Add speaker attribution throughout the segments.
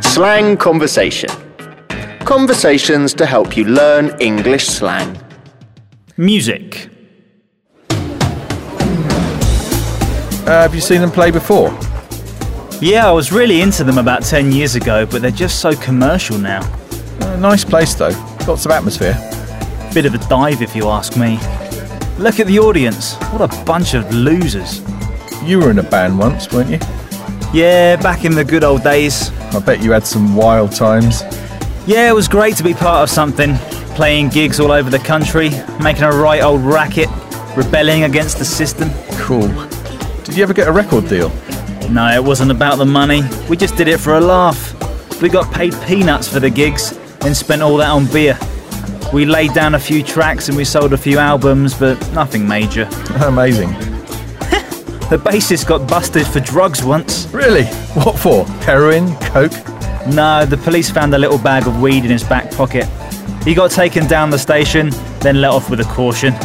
Speaker 1: Slang Conversation. Conversations to help you learn English slang.
Speaker 2: Music.
Speaker 3: Uh, have you seen them play before?
Speaker 2: Yeah, I was really into them about 10 years ago, but they're just so commercial now.
Speaker 3: Uh, nice place though. Lots of atmosphere.
Speaker 2: Bit of a dive, if you ask me. Look at the audience. What a bunch of losers.
Speaker 3: You were in a band once, weren't you?
Speaker 2: Yeah, back in the good old days.
Speaker 3: I bet you had some wild times.
Speaker 2: Yeah, it was great to be part of something. Playing gigs all over the country, making a right old racket, rebelling against the system.
Speaker 3: Cool. Did you ever get a record deal?
Speaker 2: No, it wasn't about the money. We just did it for a laugh. We got paid peanuts for the gigs, then spent all that on beer. We laid down a few tracks and we sold a few albums, but nothing major.
Speaker 3: Amazing.
Speaker 2: The bassist got busted for drugs once.
Speaker 3: Really? What for? Heroin? Coke?
Speaker 2: No, the police found a little bag of weed in his back pocket. He got taken down the station, then let off with a caution.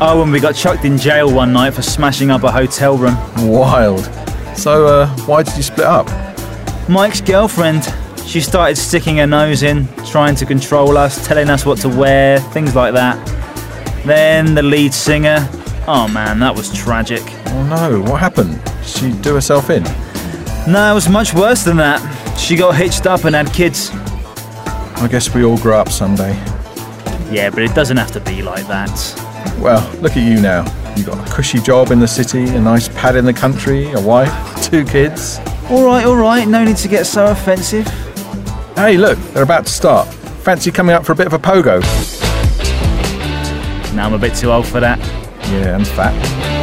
Speaker 2: oh, and we got chucked in jail one night for smashing up a hotel room.
Speaker 3: Wild. So, uh, why did you split up?
Speaker 2: Mike's girlfriend. She started sticking her nose in, trying to control us, telling us what to wear, things like that. Then the lead singer. Oh man, that was tragic.
Speaker 3: Oh no, what happened? Did she do herself in?
Speaker 2: No, it was much worse than that. She got hitched up and had kids.
Speaker 3: I guess we all grow up someday.
Speaker 2: Yeah, but it doesn't have to be like that.
Speaker 3: Well, look at you now. You got a cushy job in the city, a nice pad in the country, a wife, two kids.
Speaker 2: Alright, alright, no need to get so offensive.
Speaker 3: Hey, look, they're about to start. Fancy coming up for a bit of a pogo?
Speaker 2: Now I'm a bit too old for that.
Speaker 3: Yeah, and fat.